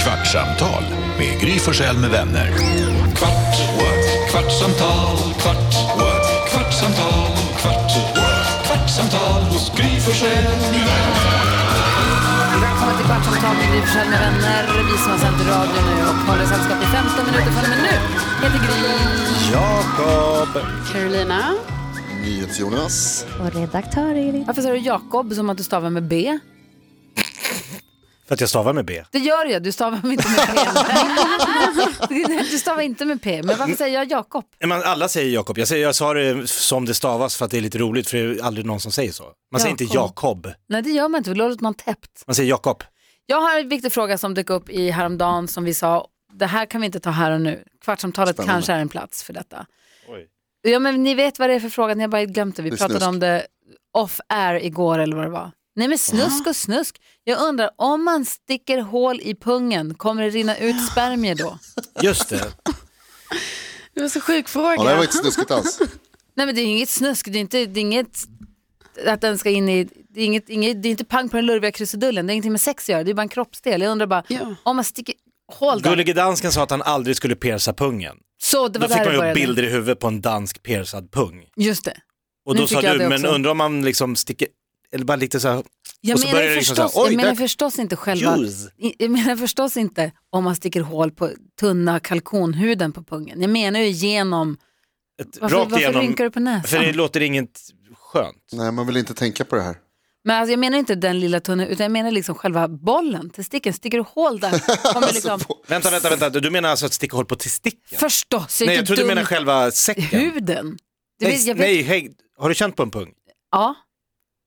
Kvartsamtal med Gry Forssell med vänner. Kvart, what? kvartsamtal, kvart, what? kvartsamtal, kvart, what? kvartsamtal hos Gry Forssell med vänner. Välkommen till Kvartsamtal med Gry Forssell med vänner. Vi som har sänt i radio nu och håller sällskap i 15 minuter från och med nu heter Gry. Jakob. Carolina. NyhetsJonas. Och redaktör Elin. Varför säger du Jakob som att du stavar med B? För att jag stavar med B. Det gör jag, du stavar inte med P. du stavar inte med P, men varför säger jag Jakob? Nej, Men alla säger Jakob. Jag, säger, jag sa det som det stavas för att det är lite roligt för det är aldrig någon som säger så. Man säger inte Jakob, Nej, det gör man inte, för då låter man täppt. man säger Jakob. Jag har en viktig fråga som dök upp i häromdagen som vi sa, det här kan vi inte ta här och nu. Kvartsamtalet Spännande. kanske är en plats för detta. Ja, men ni vet vad det är för fråga, ni har bara glömt det. Vi Det är pratade snusk. om det off air igår eller vad det var. Nej men Ah. snusk och snusk. Jag undrar, om man sticker hål i pungen, kommer det rinna ut spermier då? Just det. Det var så sjuk fråga. Ja, det här var inte snuskigt alls. Nej men det är inget snusk, det är inte, det är inget att den ska in i, det är, inget, inget, det är inte pang på den lurviga krusidullen, det är ingenting med sex att göra, det är bara en kroppsdel. Jag undrar bara, Ja. om man sticker hål där, Gullige dansken sa att han aldrig skulle pierca pungen. så det var Då där fick man det ju upp började. bilder i huvudet på en dansk piercad pung. Just det. Och Nu då fick sa jag det du, men också. undrar om man liksom sticker, eller bara lite så här, Jag Och så menar, börjar ju det liksom förstås, så här, jag "Oj, menar där- förstås inte själva, Juice." I- jag menar förstås inte om man sticker hål på tunna kalkonhuden på pungen. Jag menar ju genom, Alltså, ett, varför, rakt varför igenom. rynkar du på För näsan? det låter inget skönt. Nej, man vill inte tänka på det här. Men alltså, jag menar inte den lilla tunna, utan jag menar liksom själva bollen, testikeln. Sticker du hål där Alltså, kommer liksom, Vänta, vänta, vänta, du menar alltså att sticka hål på testikeln? förstås, jag är Nej, jag inte tror du dum menar i själva säcken. huden. Du vet, Nej, jag vet, nej, hej, har du känt på en pung? Ja,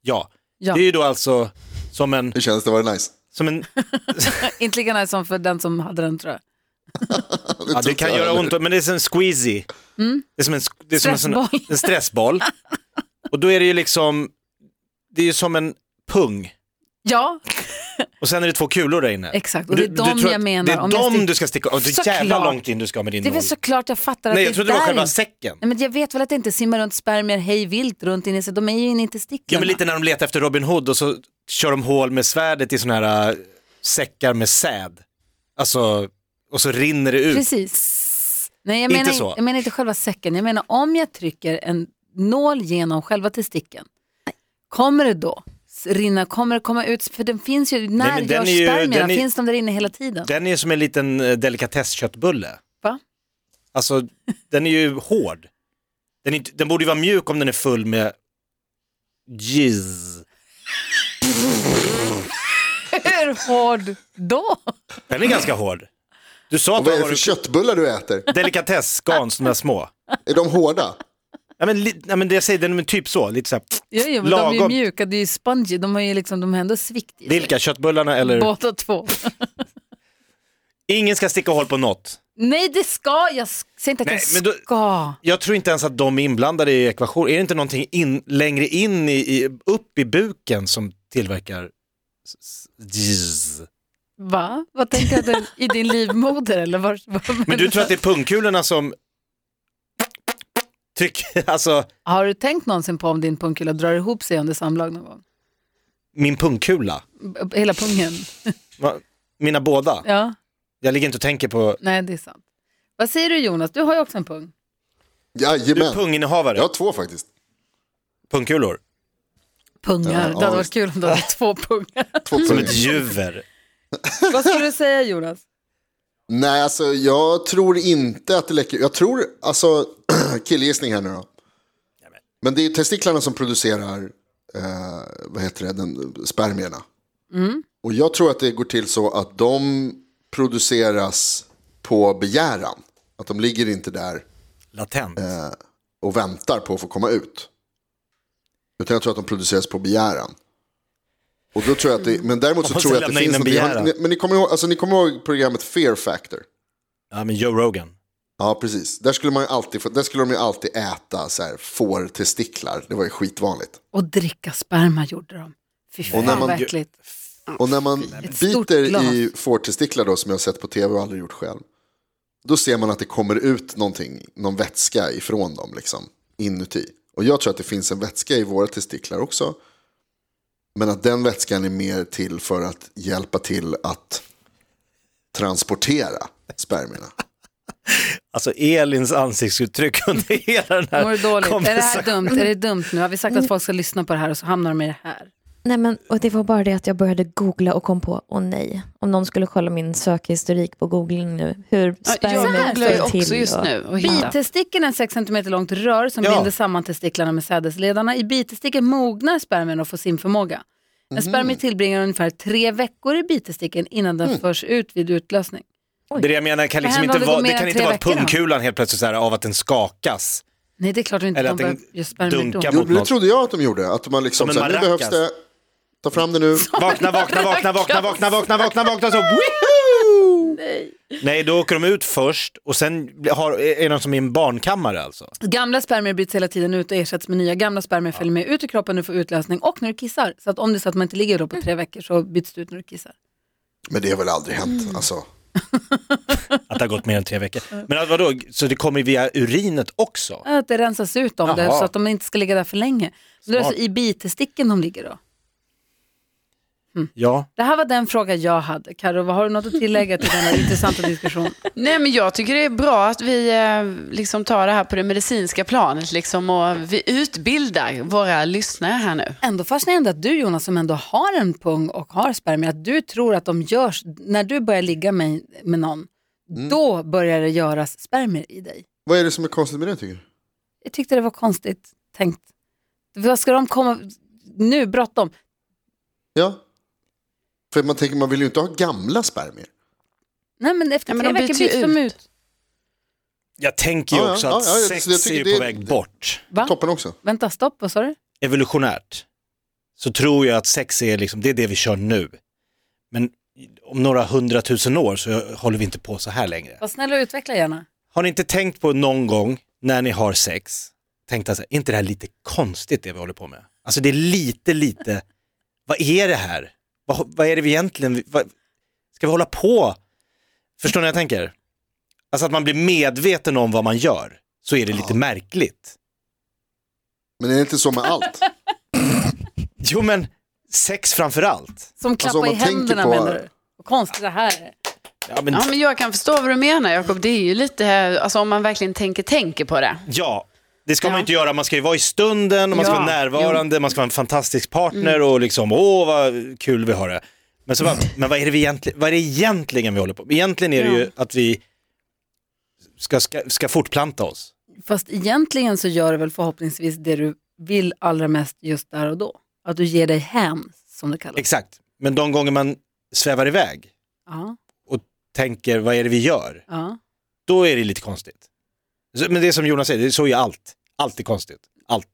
Ja. Ja. Det är ju då alltså som en, Hur känns det? Var det nice? som en inte lika nice som för den som hade den tror jag. Ja, det kan göra ont, men det är som en squeezy. Det är som en, det är som en, sån, Mm. Stressboll. en stressboll. Och då är det ju liksom, det är ju som en pung. Ja, Och sen är det två kulor där inne. Exakt, och Och det är dem tror jag att menar, Det är om jag dem stick- du ska sticka, och det är Såklart. jävla långt in du ska med din det är väl nål. såklart jag fattar att Nej, jag det trodde det var där själva inte- säcken. Nej, men jag vet väl att det inte simmar runt spermier hej vilt runt inne i sig. De är ju inne i testiklarna. Ja, men lite när de letar efter Robin Hood och så kör de hål med svärdet i sådana här äh, säckar med säd. Alltså, och så rinner det ut. Precis. Nej, jag Inte menar, så. jag menar inte själva säcken. Jag menar om jag trycker en nål genom själva testikeln, kommer det då s- rinna, kommer det komma ut? För den finns ju, när men den görs är ju- spermierna? den är- Finns de där inne hela tiden? Den är ju som en liten eh, delikatessköttbulle. Va? Alltså, den är ju hård. Den, är, inte- den borde ju vara mjuk om den är full med jizz. Hur hård då? Den är ganska hård. Du sa att Och vad är du det för har köttbullar du äter? delikatessskans, de där små. Är de hårda? Ja, men, li, nej, men det jag säger, den är typ så, lite så här, Ja, ja, men de är ju Lagom. mjuka, det är ju spongy, de har ju liksom, de har ändå svikt i sig. vilka, köttbullarna eller? Båda två. Ingen ska sticka hål på något. Nej, det ska, jag s- säger inte att Nej, jag men då- ska. Jag Jag tror inte ens att de är inblandade i ekvationen. Är det inte någonting in, längre in, i, i, upp i buken som tillverkar s- s- jizz? Va? Vad tänker du? att den- I din livmoder eller? Var, var, Men du tror att det är pungkulorna som trycker, alltså Har du tänkt någonsin på om din pungkula drar ihop sig under samlag någon gång? min pungkula, B- Hela pungen? Va? mina båda. Ja, Jag ligger inte och tänker på, nej det är sant. Vad säger du Jonas? Du har ju också en pung. du är Jajamän. punginnehavare, Jag har två faktiskt. pungkulor, Pungar. Ja, det hade ja, varit visst. kul om du hade två pungar. Två som pungar. ett djur. Vad skulle du säga Jonas? Nej, alltså jag tror inte att det läcker. Jag tror, alltså, killgissning här nu då. Men det är ju testiklarna som producerar, eh, vad heter det, den, spermierna. Och jag tror att det går till så att de produceras på begäran. Att de ligger inte där Latent. och väntar på att få komma ut. Utan jag tror att de produceras på begäran. Och då tror jag att det, men däremot så Man tror jag måste att det lämna in finns någonting. en Har ni- begäran. Men ni kommer, ihåg, alltså, ni kommer ihåg programmet Fear Factor? Ja men Joe Rogan. Ja, precis. Där skulle, man ju alltid, få- där skulle de ju alltid äta så här, fårtestiklar. Det var ju skitvanligt. Och dricka sperma gjorde de. Fy fan när man- vad äckligt. Och när man stort biter glas. i fårtestiklar då, som jag har sett på tv och aldrig gjort själv. Då ser man att det kommer ut någonting, någon vätska ifrån dem liksom, inuti. Och jag tror att det finns en vätska i våra testiklar också. Men att den vätskan är mer till för att hjälpa till att transportera spermierna. Alltså Elins ansiktsuttryck under hela den här Mår du dåligt? Är det här konversationen. dumt? Är det dumt nu? Har vi sagt att folk ska lyssna på det här och så hamnar de i det här? Nej men, och det var bara det att jag började googla och kom på, åh nej, om någon skulle kolla min sökhistorik på googling nu, hur spermier googlar ju står också till. just och- nu och hittar. Bitesticken är ett 6 cm långt rör som Ja. binder samman testiklarna med sädesledarna. I bitesticken mognar spermien och får sin förmåga. Mhm. En spermie tillbringar ungefär tre veckor i bitesticken innan Mm. den förs ut vid utlösning. Det är det jag menar, kan liksom Vad händer inte om det går vara, mer det än kan inte tre vara att veckor då? pungkulan helt plötsligt så här, av att den skakas. Nej, det är klart att inte Eller de att den behöver just spermier då. dunkar Jo, mot det något. trodde jag att de gjorde. Att man liksom, Som en så här, nu maracas. behövs det, ta fram det nu. Vakna, vakna, vakna, vakna, vakna, vakna, vakna, vakna, så woohoo! Nej, då åker de ut först och sen blir- har, är de som i en barnkammare alltså. Gamla spermier byts hela tiden ut och ersätts med nya. Gamla spermier följer med ut i kroppen och får utlösning och när du kissar. Så att om det är så att man inte ligger då Mm. på tre veckor så byts det ut när du kissar. Men det har väl aldrig hänt. Alltså. Att det har gått mer än tre veckor. Mm. Men att vadå, så det kommer via urinet också? Att det rensas ut dem där, Jaha. så att de inte ska ligga där för länge. Så det är Smart. alltså i bitesticken de ligger då. Ja. Det här var den fråga jag hade. Karo, vad har du något att tillägga till denna intressanta diskussion? Nej, men jag tycker det är bra att vi eh, liksom tar det här på det medicinska planet liksom, och vi utbildar våra lyssnare här nu. Ändå fascinerande att du Jonas som ändå har en pung och har spermier, att du tror att de görs, när du börjar ligga med, med någon, Mm. då börjar det göras spermier i dig. Vad är det som är konstigt med det tycker du? Jag tyckte det var konstigt tänkt. Vad ska de komma, nu bråttom. Ja. För man tänker, man vill ju inte ha gamla spermier. Nej men efter Ja, men tre veckor de byts ju byts de ut. ut. Jag tänker ju Ja, ja, också ja, att ja, sex så jag är tycker ju det- på väg bort. Va? Toppen också. Vänta, stopp, vad sa du? Evolutionärt så tror jag att sex är liksom, det är det vi kör nu. Men om några hundratusen år så håller vi inte på så här längre. Var snäll och utveckla gärna. Har ni inte tänkt på någon gång när ni har sex, tänkt att är inte det här lite konstigt det vi håller på med? Alltså det är lite, lite, vad är det här? Vad, vad är det vi egentligen, vad, ska vi hålla på? Förstår ni vad jag tänker? Alltså att man blir medveten om vad man gör, så är det lite märkligt. Men är det inte så med allt? Jo men, sex framför allt. Som klappa Alltså, om i man tänker händerna på- menar du? Vad konstigt det här är. Ja, men, Ja, men jag kan förstå vad du menar, Jakob. Det är ju lite, alltså, om man verkligen tänker, tänker på det. ja det ska man Ja. ju inte göra, man ska ju vara i stunden, och man ska Ja, vara närvarande, man ska vara en fantastisk partner och liksom, åh vad kul vi har det. Men, så bara, Mm. men vad, är det vi egentligen, vad är det egentligen vi håller på med? Egentligen är det ju att vi ska, ska, ska fortplanta oss. Fast egentligen så gör du väl förhoppningsvis det du vill allra mest just där och då. Att du ger dig hän, som det kallas. Exakt, men de gånger man svävar iväg Ja, och tänker, vad är det vi gör? ja. Då är det lite konstigt. Så- Men det är som Jonas säger, det är så är allt. Allt är konstigt. Allt.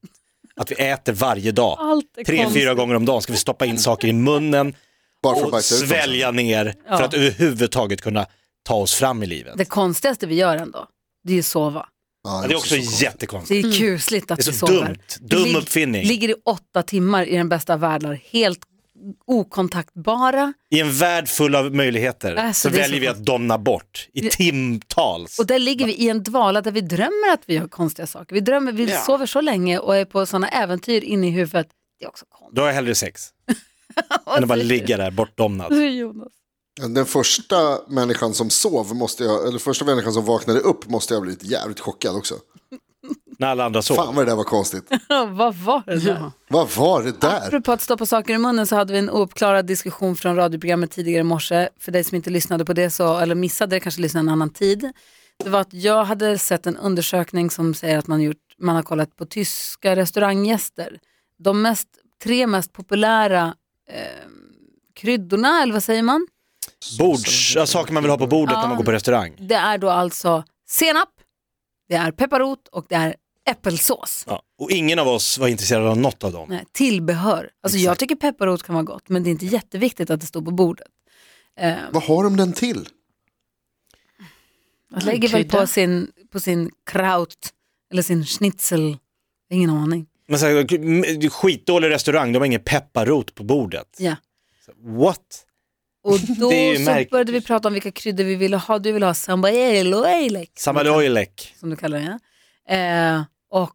Att vi äter varje dag. Allt är Tre, konstigt. fyra gånger om dagen ska vi stoppa in saker i munnen Bara för att och bajsa ut dem. svälja ner för Ja. att överhuvudtaget kunna ta oss fram i livet. Det konstigaste vi gör ändå, det är ju sova. Ja, Ja, det är också så konstigt. Det jättekonstigt. är kusligt att Det är vi så sover. dumt. Dum Ligg- uppfinning. Ligger i åtta timmar i den bästa av världar, helt okontaktbara. I en värld full av möjligheter Alltså, så det är väljer så vi att konstigt. domna bort i Det- timtals. Och där ligger vi i en dvala där vi drömmer att vi gör konstiga saker. Vi, drömmer, vi Ja. sover så länge och är på sådana äventyr inne i huvudet. Det är också konstigt. Då har jag hellre sex än att bara ligga där bortdomnad. Jonas. Den första människan som sov, måste jag, eller första människan som vaknade upp måste jag ha blivit jävligt chockad också. När alla andra sover. Fan vad det där var konstigt. Vad var det där? Vad var det där? Apropå att stoppa saker i munnen så hade vi en ouppklarad diskussion från radioprogrammet tidigare i morse. För dig som inte lyssnade på det så, eller missade det, kanske lyssnade en annan tid. Det var att jag hade sett en undersökning som säger att man, gjort, man har kollat på tyska restauranggäster. De mest, tre mest populära eh, kryddorna, eller vad säger man? Bords, ja, saker man vill ha på bordet när man går på restaurang. Det är då alltså senap, det är pepparrot och det är äppelsås. Ja. Och ingen av oss var intresserad av något av dem. Nej, tillbehör. Alltså jag tycker pepparrot kan vara gott men det är inte jätteviktigt att det står på bordet. Eh, Vad har de den till? Man lägger väl krydda. på sin, på sin kraut eller sin schnitzel. Ingen aning. Men så här, m- skitdålig restaurang, de har ingen pepparrot på bordet. Ja. What? Och då Det är ju så märkligt. började vi prata om vilka kryddor vi ville ha. Du ville ha sambaelo elek. Samalojlek Som du kallar det. ja. Eh, och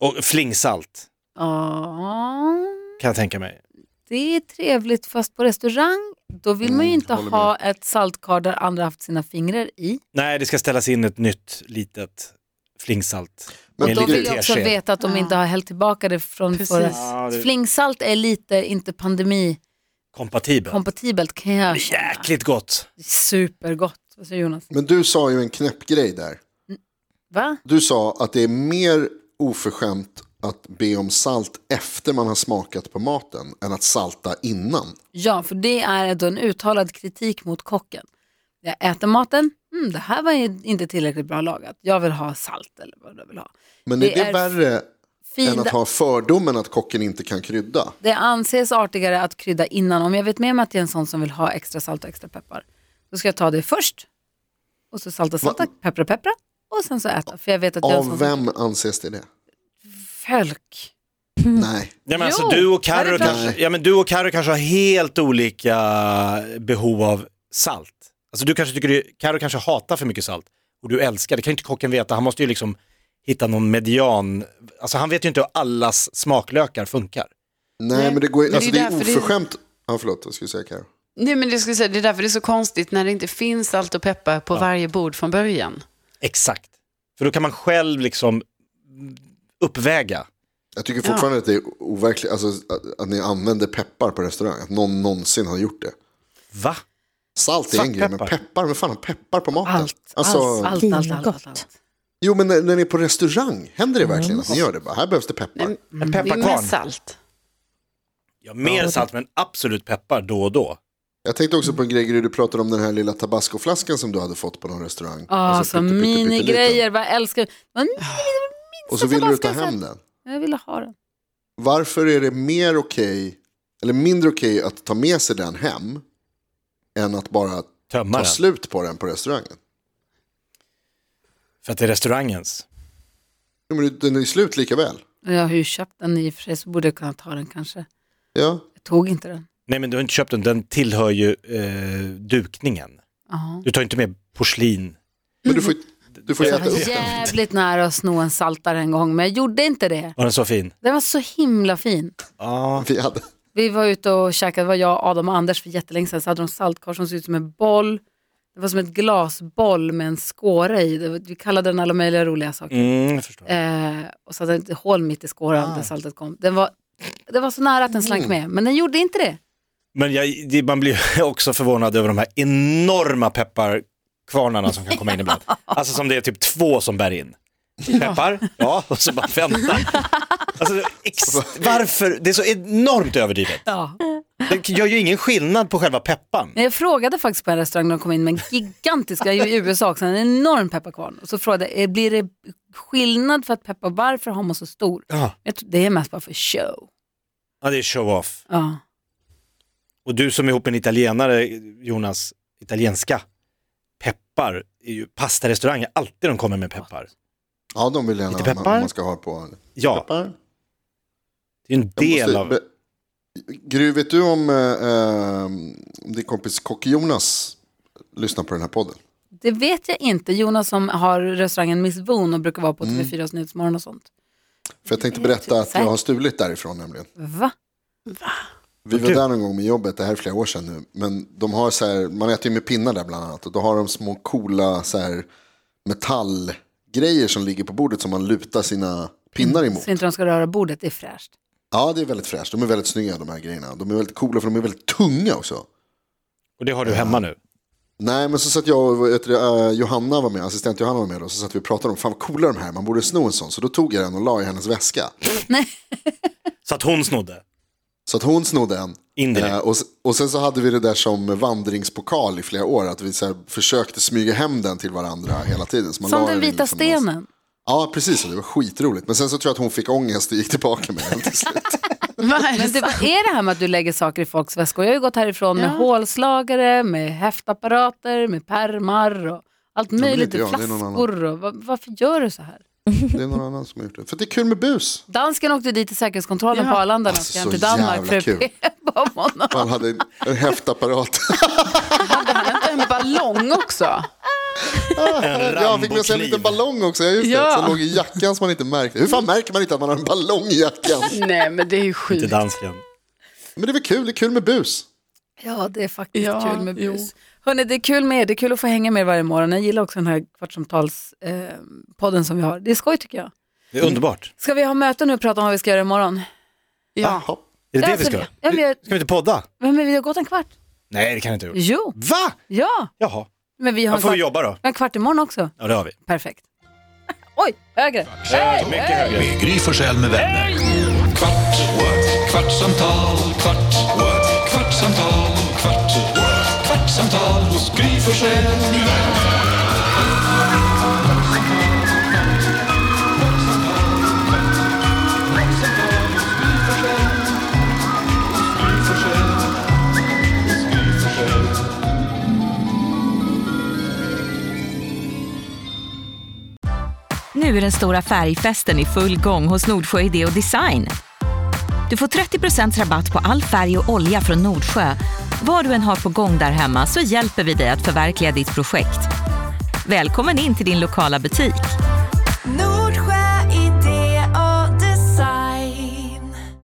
och flingsalt ja, kan jag tänka mig. det är trevligt fast på restaurang då vill Mm, man ju inte håller ha ett saltkar där andra haft sina fingrar i. Nej, det ska ställas in ett nytt litet flingsalt. Men med Då lite vill jag också tesked. veta att de inte har hällt tillbaka det från Precis. förra. Ja, det- Flingsalt är lite inte pandemikompatibelt Kompatibel. kan jag känna. Jäkligt gott. Supergott. Vad säger Jonas? Men du sa ju en knäpp grej där. Va? Du sa att det är mer oförskämt att be om salt efter man har smakat på maten än att salta innan. Ja, för det är då en uttalad kritik mot kocken. Jag äter maten, mm, det här var ju inte tillräckligt bra lagat. Jag vill ha salt eller vad du vill ha. Men Det är det är värre än Fin, att ha fördomen att kocken inte kan krydda? Det anses artigare att krydda innan. Om jag vet med mig att det är en sån som vill ha extra salt och extra peppar, då ska jag ta det först. Och så salta, salta, peppra, peppra. Och sen så äta. För jag vet att jag är en sån Av som... vem anses det det? Folk. Nej. Ja, men alltså, Jo, du, och är Karo det bra? kanske, ja, men du och Karo kanske har helt olika behov av salt. Alltså, du kanske tycker du, Karo kanske hatar för mycket salt och du älskar. Det kan ju inte kocken veta. Han måste ju liksom hitta någon median. Alltså, han vet ju inte hur allas smaklökar funkar. Nej, men det, går, Men det är alltså, det är därför det är- oförskämt. Ja, förlåt, vad skulle jag säga Karo? Nej, men jag skulle säga, det är därför det är så konstigt när det inte finns salt och peppar på varje bord från början. Exakt. För då kan man själv liksom uppväga. Jag tycker fortfarande att det är overkligt alltså, att, att ni använder peppar på restaurang. Att någon någonsin har gjort det. Va? Salt är en grej, men Svartpeppar. peppar, men fan har peppar på maten? Allt, Alltså, allt, allt, allt, allt, allt, allt. Svingott. Jo, men när, när ni är på restaurang, händer det verkligen att ni gör det? Bara, här behövs det peppar. Nej, En Det är mer pepparkvarn. salt. Ja, mer salt men absolut peppar då och då. Jag tänkte också på en grej, Gry, du pratade om den här lilla tabascoflaskan som du hade fått på någon restaurang. Alltså pytte, pytte, pytteliten. minigrejer, vad jag älskar Vad ni- Och så ville du ta tabasco, hem den. Jag ville ha den. Varför är det mer okej, eller mindre okej att ta med sig den hem än att bara Tömma ta den. slut på den på restaurangen? För att det är restaurangens. Jo, men den är ju slut lika väl. Jag har ju köpt den i och för sig så borde jag kunna ta den kanske. Ja. Jag tog inte den. Nej men du har inte köpt den, den tillhör ju eh, dukningen. Ja. Du tar ju inte med porslin. Men du får ju du får ju Jag äta upp var den. jävligt nära att sno en saltare en gång men jag gjorde inte det. Var den så fin? Den var så himla fin. Ja. Vi hade. Vi var ute och käkade, det var jag, Adam och Anders för jättelänge sedan, så hade de saltkar som såg ut som en boll. Det var som ett glasboll med en skåra i. Det var, vi kallade den alla möjliga roliga saker. Mm, jag förstår. Eh, och så hade den ett hål mitt i Ah. skåran där saltet kom. Den var, det var så nära att den slank Mm. med, men den gjorde inte det. Men jag, det, man blir ju också förvånad över de här enorma pepparkvarnarna som kan komma in ibland. Alltså som det är typ två som bär in. Peppar, ja, och så bara vänta. Alltså, ex- varför? Det är så enormt överdrivet. Ja. Det gör ju ingen skillnad på själva peppan. Men jag frågade faktiskt på en restaurang när de kom in med en gigantisk, jag är ju i USA också, en enorm pepparkvarn. Och så frågade jag, eh, blir det skillnad för att peppar, varför har man så stor? Ja, Jag tror, det är mest bara för show. ja det är show-off. Ja. Och du som är ihop med en italienare, Jonas, italienska, peppar, är ju pastarestauranger, alltid de kommer med peppar. Ja, de vill gärna Lite ha, peppar. man ska ha på. Ja, Peppar. det är en Jag del måste- av... be- Gry, vet du om eh, eh, om din kompis Kock-Jonas lyssnar på den här podden? Det vet jag inte. Jonas som har restaurangen Miss Von och brukar vara Mm. på TV4 s Nyhetsmorgon och sånt. För jag tänkte berätta att jag har stulit därifrån nämligen. Va? Vi var du? där någon gång med jobbet, det här är flera år sedan nu. Men de har så här, man äter ju med pinnar där bland annat. Och då har de små coola så här, metallgrejer som ligger på bordet som man lutar sina pinnar emot. Så inte de ska röra bordet, det är fräscht. Ja, det är väldigt fräscht. De är väldigt snygga de här grejerna. De är väldigt coola för de är väldigt tunga också. Och det har du hemma nu. Nej, men så satt jag och vet du, eh, Johanna var med, assistent Johanna var med och så satt vi och pratade om fan vad coola de här, man borde sno en sån. Så då tog jag den och la i hennes väska. Så att hon snodde. Så att hon snodde en. Indirekt. Eh, och, s- och sen så hade vi det där som vandringspokal i flera år, att vi så här försökte smyga hem den till varandra hela tiden. Så man Som la den i vita liksom någon- stenen. Ja, precis. Och det var skitroligt. Men sen så tror jag att hon fick ångest och gick tillbaka med den till slut. Vad Men är det det, vad är det här med att du lägger saker i folks väskor? Jag har ju gått härifrån med Ja. hålslagare, med häftapparater, med pärmar och allt möjligt. inte jag, det är någon flaskor och vad, varför gör du så här? Det är någon annan som har gjort det. För att det är kul med bus. Dansken åkte dit till säkerhetskontrollen Ja. på Arlanda när Alltså, han så till Danmark jävla för kul. att peppa om honom. Man hade en, en häftapparat. Hade han inte en ballong också? Jag fick med sig en liten Rambokniv. ballong också, ja, just det. Ja. Som låg i jackan som man inte märkte. Hur fan märker man inte att man har en ballong i jackan? Nej, men det är ju Till sjukt. dansken. Men det är väl kul, det är kul med bus. Ja, det är faktiskt Ja, kul med jo. bus. Hörrni, det är kul med er. Det är kul att få hänga med er varje morgon. Jag gillar också den här kvartsamtalspodden eh, podden som vi har. Det är skoj tycker jag. Det är underbart. Ska vi ha möten nu och prata om vad vi ska göra imorgon? Ja. Hopp. Är det det vi Alltså, ska göra? ja, men jag- Ska vi inte podda? Men, men vi har gått en kvart. Nej, det kan jag inte göra. Jo, Va? ja. Jaha. Men vi har Då en får vi kvart, jobba då. en kvart imorgon också. Ja, det har vi. Perfekt. Oj, högre. Mycket högre. Med Gry Forssell med vänner. Kvart, what? kvartsamtal, kvart, what? kvartsamtal, kvart, what? kvartsamtal hos Gry Forssell med vänner. Nu är den stora färgfesten i full gång hos Nordsjö Idé och Design. Du får 30 rabatt på all färg och olja från Nordsjö. Vad du än har på gång där hemma så hjälper vi dig att förverkliga ditt projekt. Välkommen in till din lokala butik.